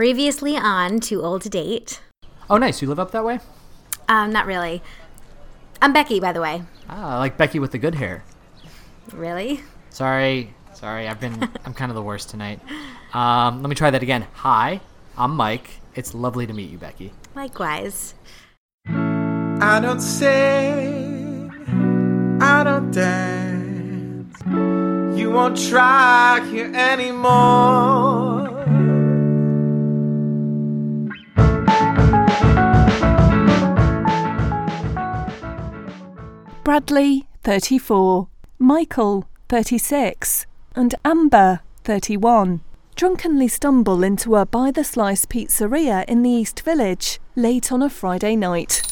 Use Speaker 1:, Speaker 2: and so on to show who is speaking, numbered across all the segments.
Speaker 1: Previously on Too Old to Date.
Speaker 2: Oh, nice. You live up that way?
Speaker 1: Um, not really. I'm Becky, by the way.
Speaker 2: Ah, like Becky with the good hair.
Speaker 1: Really?
Speaker 2: Sorry, sorry. I've been I'm kind of the worst tonight. Um, let me try that again. Hi, I'm Mike. It's lovely to meet you, Becky.
Speaker 1: Likewise.
Speaker 3: I don't sing, I don't dance. You won't try here anymore.
Speaker 4: Bradley, 34, Michael, 36, and Amber, 31, drunkenly stumble into a by the slice pizzeria in the East Village late on a Friday night.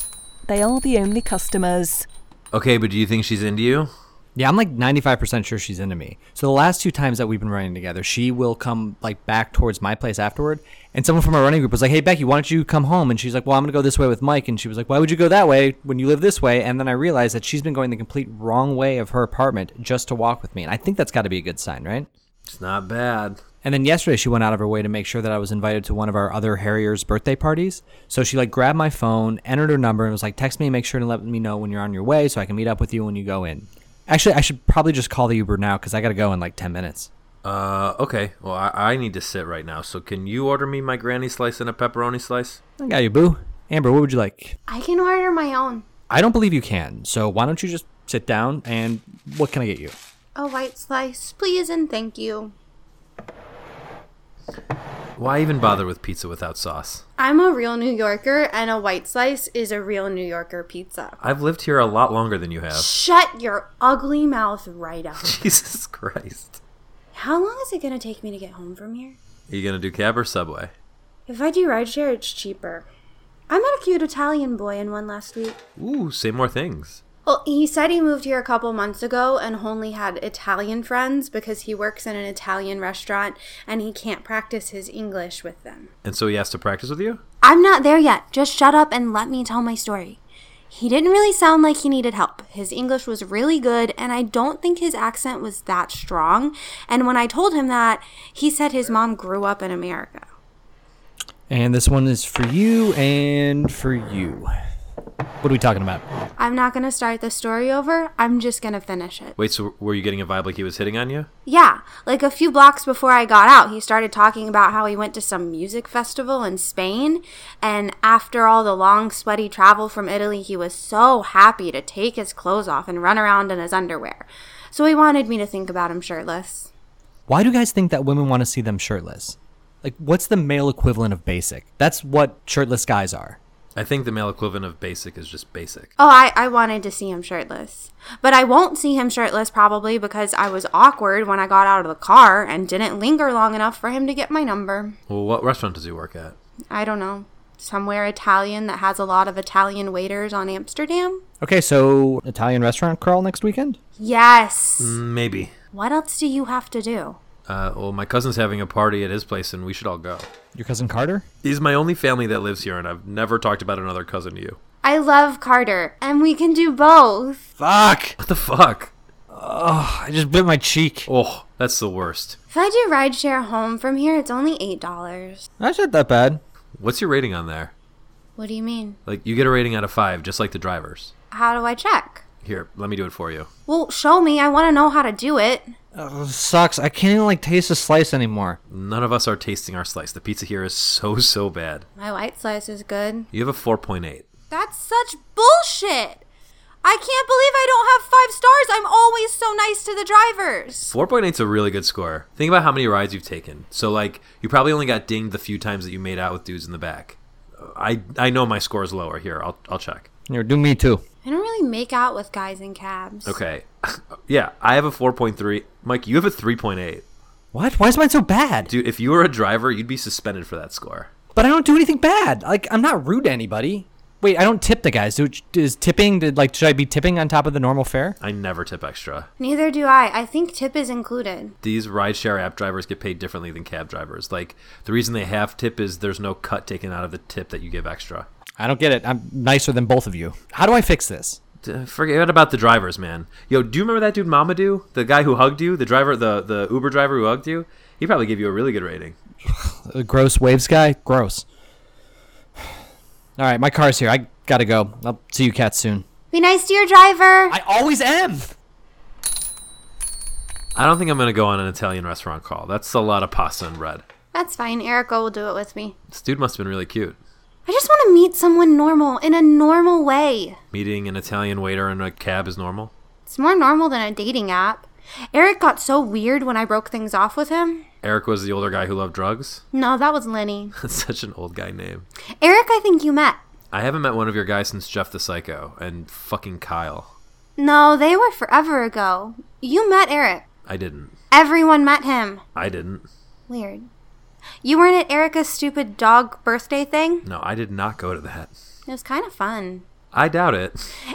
Speaker 4: They are the only customers.
Speaker 5: Okay, but do you think she's into you?
Speaker 2: Yeah, I'm like 95% sure she's into me. So the last two times that we've been running together, she will come like back towards my place afterward, and someone from our running group was like, "Hey Becky, why don't you come home?" And she's like, "Well, I'm going to go this way with Mike." And she was like, "Why would you go that way when you live this way?" And then I realized that she's been going the complete wrong way of her apartment just to walk with me. And I think that's got to be a good sign, right?
Speaker 5: It's not bad.
Speaker 2: And then yesterday she went out of her way to make sure that I was invited to one of our other Harriers birthday parties. So she like grabbed my phone, entered her number, and was like, "Text me, make sure to let me know when you're on your way, so I can meet up with you when you go in." Actually, I should probably just call the Uber now because I gotta go in like ten minutes.
Speaker 5: Uh, okay. Well, I, I need to sit right now. So can you order me my granny slice and a pepperoni slice?
Speaker 2: I got you, boo. Amber, what would you like?
Speaker 6: I can order my own.
Speaker 2: I don't believe you can. So why don't you just sit down and what can I get you?
Speaker 6: A white slice, please and thank you.
Speaker 5: Why even bother with pizza without sauce?
Speaker 6: I'm a real New Yorker, and a white slice is a real New Yorker pizza.
Speaker 5: I've lived here a lot longer than you have.
Speaker 6: Shut your ugly mouth right up.
Speaker 5: Jesus Christ.
Speaker 6: How long is it gonna take me to get home from here?
Speaker 5: Are you gonna do cab or subway?
Speaker 6: If I do rideshare, it's cheaper. I met a cute Italian boy in one last week.
Speaker 5: Ooh, say more things.
Speaker 6: Well, he said he moved here a couple months ago and only had Italian friends because he works in an Italian restaurant and he can't practice his English with them.
Speaker 5: And so he has to practice with you?
Speaker 6: I'm not there yet. Just shut up and let me tell my story. He didn't really sound like he needed help. His English was really good, and I don't think his accent was that strong. And when I told him that, he said his mom grew up in America.
Speaker 2: And this one is for you and for you. What are we talking about?
Speaker 6: I'm not gonna start the story over, I'm just gonna finish it.
Speaker 5: Wait, so were you getting a vibe like he was hitting on you?
Speaker 6: Yeah, like a few blocks before I got out, he started talking about how he went to some music festival in Spain. And after all the long, sweaty travel from Italy, he was so happy to take his clothes off and run around in his underwear. So he wanted me to think about him shirtless.
Speaker 2: Why do you guys think that women want to see them shirtless? Like, what's the male equivalent of basic? That's what shirtless guys are.
Speaker 5: I think the male equivalent of basic is just basic.
Speaker 6: Oh, I, I wanted to see him shirtless. But I won't see him shirtless probably because I was awkward when I got out of the car and didn't linger long enough for him to get my number.
Speaker 5: Well, what restaurant does he work at?
Speaker 6: I don't know, somewhere Italian that has a lot of Italian waiters on Amsterdam?
Speaker 2: Okay, so Italian restaurant crawl next weekend?
Speaker 6: Yes.
Speaker 5: Mm. Maybe.
Speaker 6: What else do you have to do?
Speaker 5: Uh, well, my cousin's having a party at his place and we should all go.
Speaker 2: Your cousin Carter?
Speaker 5: He's my only family that lives here and I've never talked about another cousin to you.
Speaker 6: I love Carter, and we can do both.
Speaker 2: Fuck!
Speaker 5: What the fuck?
Speaker 2: I just bit my cheek.
Speaker 5: Oh, that's the worst.
Speaker 6: If I do rideshare home from here, it's only $8.
Speaker 2: That's not that bad.
Speaker 5: What's your rating on there?
Speaker 6: What do you mean?
Speaker 5: Like, you get a rating out of five, just like the drivers.
Speaker 6: How do I check?
Speaker 5: Here, let me do it for you.
Speaker 6: Well, show me. I want to know how to do it.
Speaker 2: sucks. I can't even like taste a slice anymore.
Speaker 5: None of us are tasting our slice. The pizza here is so, so bad.
Speaker 6: My white slice is good.
Speaker 5: You have a 4.8.
Speaker 6: That's such bullshit. I can't believe I don't have five stars. I'm always so nice to the drivers.
Speaker 5: 4.8's a really good score. Think about how many rides you've taken. So, like, you probably only got dinged the few times that you made out with dudes in the back. I, I know my score is lower. Here, I'll, I'll check.
Speaker 2: Here, do me too.
Speaker 6: I don't really make out with guys in cabs.
Speaker 5: Okay. yeah, I have a 4.3. Mike, you have a 3.8.
Speaker 2: What? Why is mine so bad?
Speaker 5: Dude, if you were a driver, you'd be suspended for that score.
Speaker 2: But I don't do anything bad. Like I'm not rude to anybody. Wait, I don't tip the guys. Do, is tipping did like should I be tipping on top of the normal fare?
Speaker 5: I never tip extra.
Speaker 6: Neither do I. I think tip is included.
Speaker 5: These rideshare app drivers get paid differently than cab drivers. Like, the reason they have tip is there's no cut taken out of the tip that you give extra.
Speaker 2: I don't get it. I'm nicer than both of you. How do I fix this?
Speaker 5: D- Forget about the drivers, man. Yo, do you remember that dude Mamadou? The guy who hugged you? The driver, the, the Uber driver who hugged you? He probably gave you a really good rating.
Speaker 7: A gross waves guy? Gross. All right, my car's here. I gotta go. I'll see you cats soon.
Speaker 6: Be nice to your driver.
Speaker 7: I always am!
Speaker 5: I don't think I'm going to go on an Italian restaurant call. That's a lot of pasta and bread.
Speaker 6: That's fine. Erica will do it with me.
Speaker 5: This dude must have been really cute.
Speaker 6: I just want to meet someone normal in a normal way.
Speaker 5: Meeting an Italian waiter in a cab is normal.
Speaker 6: It's more normal than a dating app. Eric got so weird when I broke things off with him.
Speaker 5: Eric was the older guy who loved drugs.
Speaker 6: No, that was Lenny.
Speaker 5: That's such an old guy name.
Speaker 6: Eric, I think you met.
Speaker 5: I haven't met one of your guys since Jeff the Psycho and fucking Kyle.
Speaker 6: No, they were forever ago. You met Eric.
Speaker 5: I didn't.
Speaker 6: Everyone met him.
Speaker 5: I didn't.
Speaker 6: Weird. You weren't at Erica's stupid dog birthday thing?
Speaker 5: No, I did not go to that.
Speaker 6: It was kind of fun.
Speaker 5: I doubt it,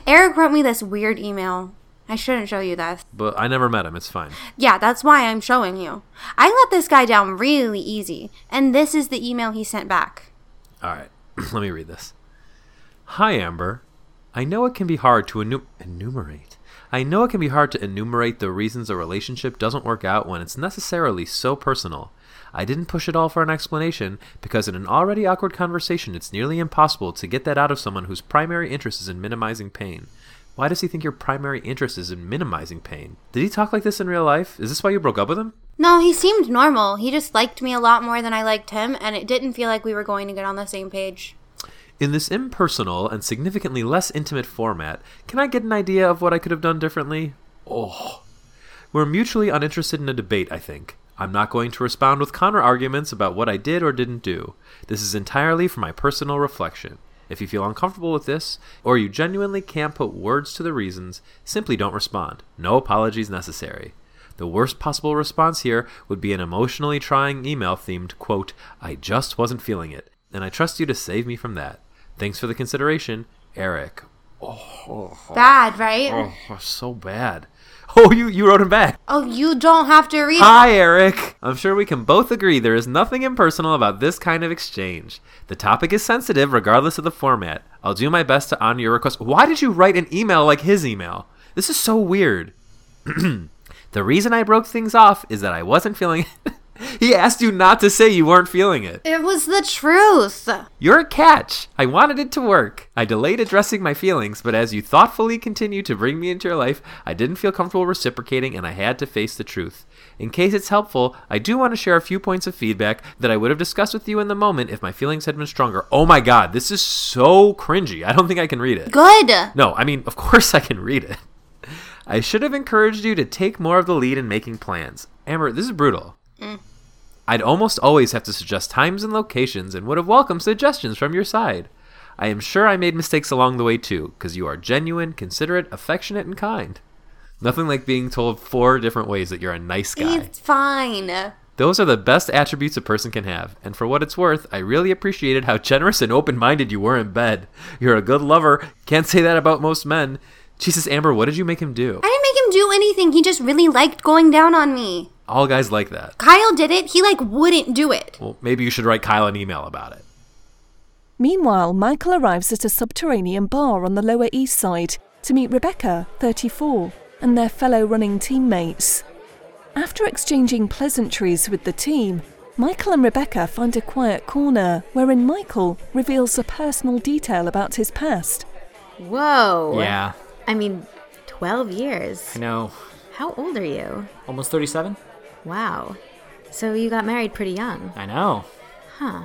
Speaker 6: Eric wrote me this weird email. I shouldn't show you this.
Speaker 5: but I never met him. It's fine.
Speaker 6: Yeah, that's why I'm showing you. I let this guy down really easy, and this is the email he sent back.
Speaker 5: All right, let me read this. Hi, Amber. I know it can be hard to enu- enumerate. I know it can be hard to enumerate the reasons a relationship doesn't work out when it's necessarily so personal. I didn't push at all for an explanation because in an already awkward conversation, it's nearly impossible to get that out of someone whose primary interest is in minimizing pain. Why does he think your primary interest is in minimizing pain? Did he talk like this in real life? Is this why you broke up with him?
Speaker 6: No, he seemed normal. He just liked me a lot more than I liked him, and it didn't feel like we were going to get on the same page.
Speaker 5: In this impersonal and significantly less intimate format, can I get an idea of what I could have done differently? Oh. We're mutually uninterested in a debate, I think. I'm not going to respond with counter arguments about what I did or didn't do. This is entirely for my personal reflection. If you feel uncomfortable with this, or you genuinely can't put words to the reasons, simply don't respond. No apologies necessary. The worst possible response here would be an emotionally trying email themed, quote, I just wasn't feeling it, and I trust you to save me from that. Thanks for the consideration, Eric.
Speaker 6: Bad, right?
Speaker 5: Oh, so bad. Oh, you, you wrote him back.
Speaker 6: Oh, you don't have to read.
Speaker 5: Hi, Eric. I'm sure we can both agree there is nothing impersonal about this kind of exchange. The topic is sensitive regardless of the format. I'll do my best to honor your request. Why did you write an email like his email? This is so weird. the reason I broke things off is that I wasn't feeling it. he asked you not to say you weren't feeling it.
Speaker 6: It was the truth.
Speaker 5: You're a catch. I wanted it to work. I delayed addressing my feelings, but as you thoughtfully continued to bring me into your life, I didn't feel comfortable reciprocating and I had to face the truth. In case it's helpful, I do want to share a few points of feedback that I would have discussed with you in the moment if my feelings had been stronger. Oh my god, this is so cringy. I don't think I can read it.
Speaker 6: Good.
Speaker 5: No, I mean, of course I can read it. I should have encouraged you to take more of the lead in making plans. Amber, this is brutal. I'd almost always have to suggest times and locations and would have welcomed suggestions from your side. I am sure I made mistakes along the way too, because you are genuine, considerate, affectionate, and kind. Nothing like being told four different ways that you're a nice guy.
Speaker 6: It's fine.
Speaker 5: Those are the best attributes a person can have, and for what it's worth, I really appreciated how generous and open minded you were in bed. You're a good lover. Can't say that about most men. Jesus, Amber, what did you make him do?
Speaker 6: I didn't make him do anything. He just really liked going down on me.
Speaker 5: All guys like that.
Speaker 6: Kyle did it. He like wouldn't do it.
Speaker 5: Well, maybe you should write Kyle an email about it.
Speaker 4: Meanwhile, Michael arrives at a subterranean bar on the Lower East Side to meet Rebecca, 34, and their fellow running teammates. After exchanging pleasantries with the team, Michael and Rebecca find a quiet corner wherein Michael reveals a personal detail about his past.
Speaker 1: Whoa.
Speaker 2: Yeah,
Speaker 1: I mean, 12 years.
Speaker 2: I know.
Speaker 1: How old are you?
Speaker 2: Almost 37?
Speaker 1: Wow. So you got married pretty young.
Speaker 2: I know.
Speaker 1: Huh.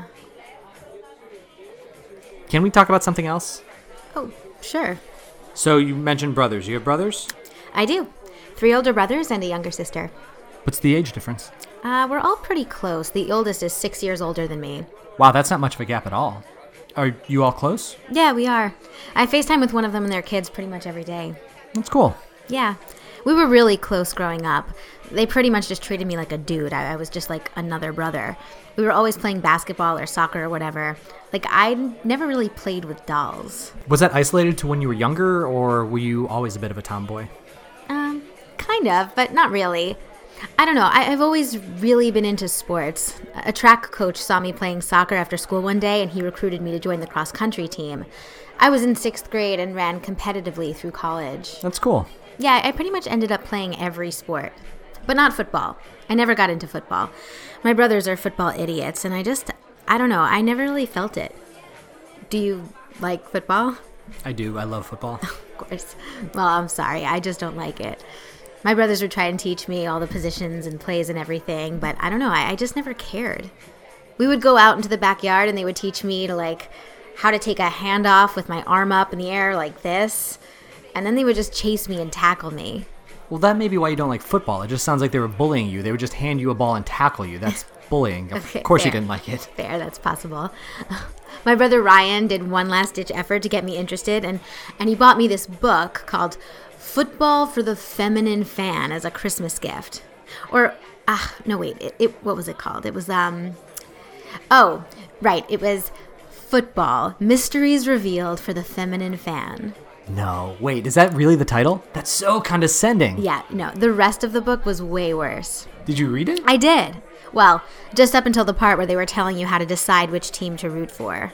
Speaker 2: Can we talk about something else?
Speaker 1: Oh, sure.
Speaker 2: So you mentioned brothers. You have brothers?
Speaker 1: I do. Three older brothers and a younger sister.
Speaker 2: What's the age difference?
Speaker 1: Uh, we're all pretty close. The oldest is six years older than me.
Speaker 2: Wow, that's not much of a gap at all. Are you all close?
Speaker 1: Yeah, we are. I FaceTime with one of them and their kids pretty much every day.
Speaker 2: That's cool.
Speaker 1: Yeah. We were really close growing up. They pretty much just treated me like a dude. I, I was just like another brother. We were always playing basketball or soccer or whatever. Like, I never really played with dolls.
Speaker 2: Was that isolated to when you were younger, or were you always a bit of a tomboy?
Speaker 1: Um, kind of, but not really. I don't know. I, I've always really been into sports. A track coach saw me playing soccer after school one day and he recruited me to join the cross country team. I was in sixth grade and ran competitively through college.
Speaker 2: That's cool.
Speaker 1: Yeah, I pretty much ended up playing every sport. but not football. I never got into football. My brothers are football idiots, and I just, I don't know, I never really felt it. Do you like football?
Speaker 2: I do. I love football.
Speaker 1: Of course. Well, I'm sorry, I just don't like it. My brothers would try and teach me all the positions and plays and everything, but I don't know, I, I just never cared. We would go out into the backyard and they would teach me to like how to take a handoff with my arm up in the air like this, and then they would just chase me and tackle me.
Speaker 2: Well, that may be why you don't like football. It just sounds like they were bullying you. They would just hand you a ball and tackle you. That's bullying. Of
Speaker 1: Okay,
Speaker 2: course, you
Speaker 1: fair.
Speaker 2: didn't like it.
Speaker 1: Fair, that's possible. My brother Ryan did one last ditch effort to get me interested, and, and he bought me this book called Football for the Feminine Fan as a Christmas gift. Or, ah, no, wait, it, it, what was it called? It was, um, oh, right, it was Football Mysteries Revealed for the Feminine Fan.
Speaker 2: No, wait. Is that really the title? That's so condescending.
Speaker 1: Yeah, no, the rest of the book was way worse.
Speaker 2: Did you read it?
Speaker 1: I did. Well, just up until the part where they were telling you how to decide which team to root for.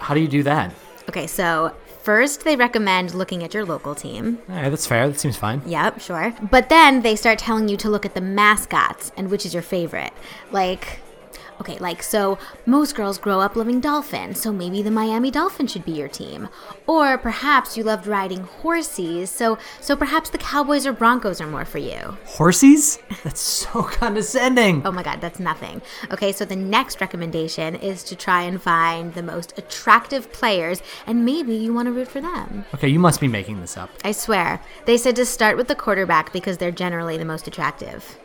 Speaker 2: How do you do that?
Speaker 1: Okay, so first they recommend looking at your local team.
Speaker 2: All right, that's fair. That seems fine.
Speaker 1: Yep, sure. But then they start telling you to look at the mascots and which is your favorite. Like, okay, like, so most girls grow up loving dolphins, so maybe the Miami Dolphins should be your team. Or perhaps you loved riding horses, so, so perhaps the Cowboys or Broncos are more for you.
Speaker 2: Horses? That's so condescending.
Speaker 1: Oh my god, that's nothing. Okay, so the next recommendation is to try and find the most attractive players, and maybe you want to root for them.
Speaker 2: Okay, you must be making this up.
Speaker 1: I swear. They said to start with the quarterback because they're generally the most attractive.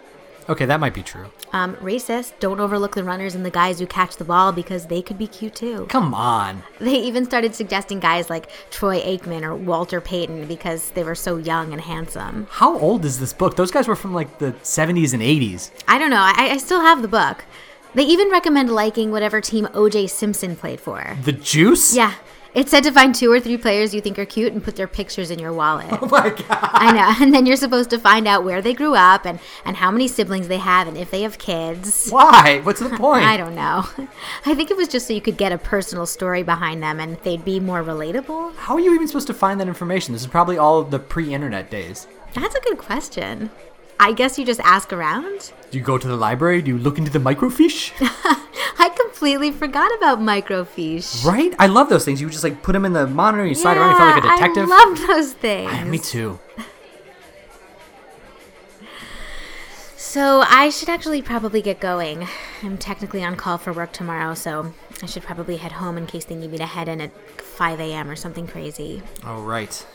Speaker 2: Okay, that might be true.
Speaker 1: Um, racist, don't overlook the runners and the guys who catch the ball because they could be cute too.
Speaker 2: Come on.
Speaker 1: They even started suggesting guys like Troy Aikman or Walter Payton because they were so young and handsome.
Speaker 2: How old is this book? Those guys were from like the 70s and 80s.
Speaker 1: I don't know, I, I still have the book. They even recommend liking whatever team OJ Simpson played for.
Speaker 2: The juice?
Speaker 1: Yeah. It said to find two or three players you think are cute and put their pictures in your wallet.
Speaker 2: Oh my god.
Speaker 1: I know. And then you're supposed to find out where they grew up and, and how many siblings they have and if they have kids.
Speaker 2: Why? What's the point?
Speaker 1: I don't know. I think it was just so you could get a personal story behind them and they'd be more relatable.
Speaker 2: How are you even supposed to find that information? This is probably all the pre-internet days.
Speaker 1: That's a good question. I guess you just ask around.
Speaker 2: Do you go to the library? Do you look into the microfiche?
Speaker 1: I completely forgot about microfiche.
Speaker 2: right? I love those things. You just like put them in the monitor, you slide around, you felt like
Speaker 1: Yeah,
Speaker 2: a detective.
Speaker 1: I love those things.
Speaker 2: Yeah, me too.
Speaker 1: So I should actually probably get going. I'm technically on call for work tomorrow, so I should probably head home in case they need me to head in at 5 a.m. or something crazy.
Speaker 2: All right.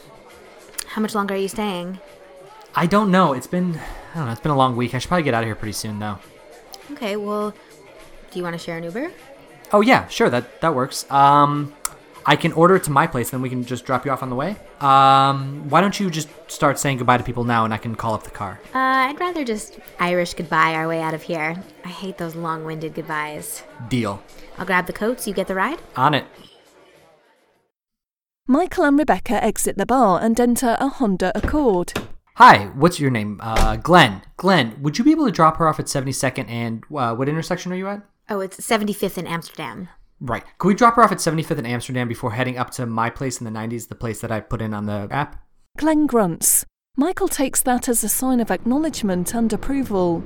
Speaker 1: How much longer are you staying?
Speaker 2: I don't know. It's been I don't know. It's been a long week. I should probably get out of here pretty soon though.
Speaker 1: Okay, well, do you want to share an Uber?
Speaker 2: Oh yeah, sure. That that works. Um, I can order it to my place, then we can just drop you off on the way. Um, why don't you just start saying goodbye to people now, and I can call up the car.
Speaker 1: Uh, I'd rather just Irish goodbye our way out of here. I hate those long winded goodbyes.
Speaker 2: Deal.
Speaker 1: I'll grab the coats, you get the ride?
Speaker 2: On it.
Speaker 4: Michael and Rebecca exit the bar and enter a Honda Accord.
Speaker 2: Hi. What's your name? Uh, Glenn. Glenn, would you be able to drop her off at 72nd and uh, what intersection are you at?
Speaker 1: Oh, it's 75th in Amsterdam.
Speaker 2: Right. Could we drop her off at 75th and Amsterdam before heading up to my place in the 90s, the place that I put in on the app?
Speaker 4: Glenn grunts. Michael takes that as a sign of acknowledgement and approval.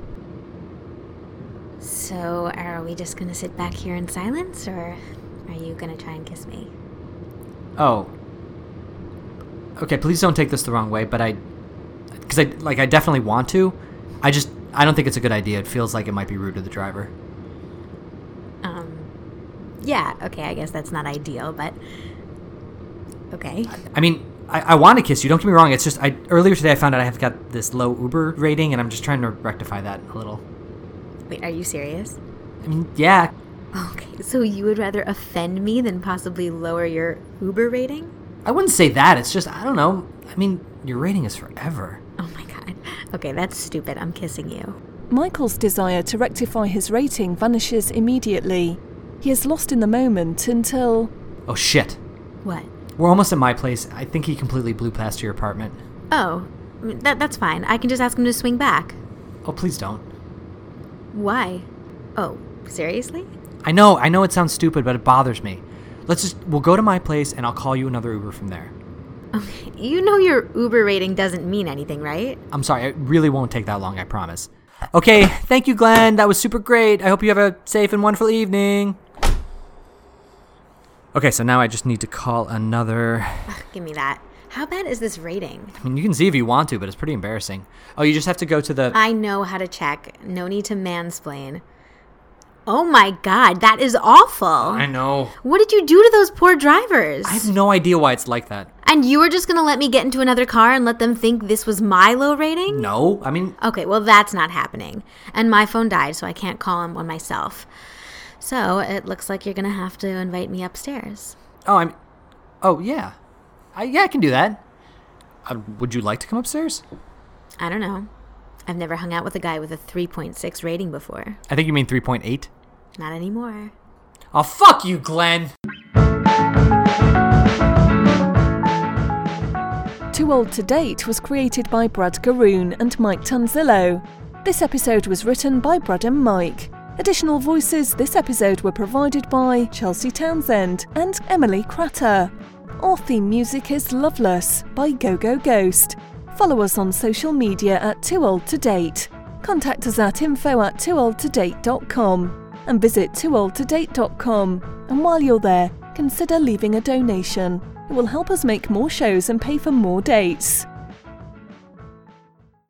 Speaker 1: So, are we just gonna sit back here in silence, or are you gonna try and kiss me?
Speaker 2: Oh. Okay, please don't take this the wrong way, but I cuz I like I definitely want to. I just I don't think it's a good idea. It feels like it might be rude to the driver.
Speaker 1: Um, yeah, okay, I guess that's not ideal, but. Okay.
Speaker 2: I mean, I, I want to kiss you. Don't get me wrong. It's just I earlier today I found out I have got this low Uber rating and I'm just trying to rectify that a little.
Speaker 1: Wait, are you serious?
Speaker 2: I mean, yeah.
Speaker 1: Okay, so you would rather offend me than possibly lower your Uber rating?
Speaker 2: I wouldn't say that. It's just I don't know. I mean, your rating is forever.
Speaker 1: Oh my god. Okay, that's stupid. I'm kissing you.
Speaker 4: Michael's desire to rectify his rating vanishes immediately. He is lost in the moment until.
Speaker 2: Oh shit.
Speaker 1: What?
Speaker 2: We're almost at my place. I think he completely blew past your apartment.
Speaker 1: Oh, I mean, that, that's fine. I can just ask him to swing back.
Speaker 2: Oh, please don't.
Speaker 1: Why? Oh, seriously?
Speaker 2: I know, I know it sounds stupid, but it bothers me. Let's just we'll go to my place and I'll call you another Uber from there.
Speaker 1: You know your Uber rating doesn't mean anything, right?
Speaker 2: I'm sorry, it really won't take that long, I promise. Okay, thank you, Glenn. That was super great. I hope you have a safe and wonderful evening. Okay, so now I just need to call another.
Speaker 1: Give me that. How bad is this rating?
Speaker 2: I mean, you can see if you want to, but it's pretty embarrassing. Oh, you just have to go to the.
Speaker 1: I know how to check. No need to mansplain. Oh my god, that is awful.
Speaker 2: I know.
Speaker 1: What did you do to those poor drivers?
Speaker 2: I have no idea why it's like that.
Speaker 1: And you were just gonna let me get into another car and let them think this was my low rating?
Speaker 2: No, I mean,
Speaker 1: Okay, well, that's not happening. And my phone died, so I can't call him on myself. So it looks like you're going to have to invite me upstairs.
Speaker 2: oh, I'm. Oh, yeah. I, yeah, I can do that. Uh, would you like to come upstairs?
Speaker 1: I don't know. I've never hung out with a guy with a 3.6 rating before.
Speaker 2: I think you mean 3.8.
Speaker 1: Not anymore.
Speaker 2: Oh, fuck you, Glenn.
Speaker 4: Too Old to Date was created by Brad Garoon and Mike Tanzillo. This episode was written by Brad and Mike. Additional voices this episode were provided by Chelsea Townsend and Emily Cratter. Our theme music is Loveless by Go Go Ghost. Follow us on social media at Too Old to Date. Contact us at info at toooldtodate.com and visit toooldtodate.com. And while you're there, consider leaving a donation. It will help us make more shows and pay for more dates.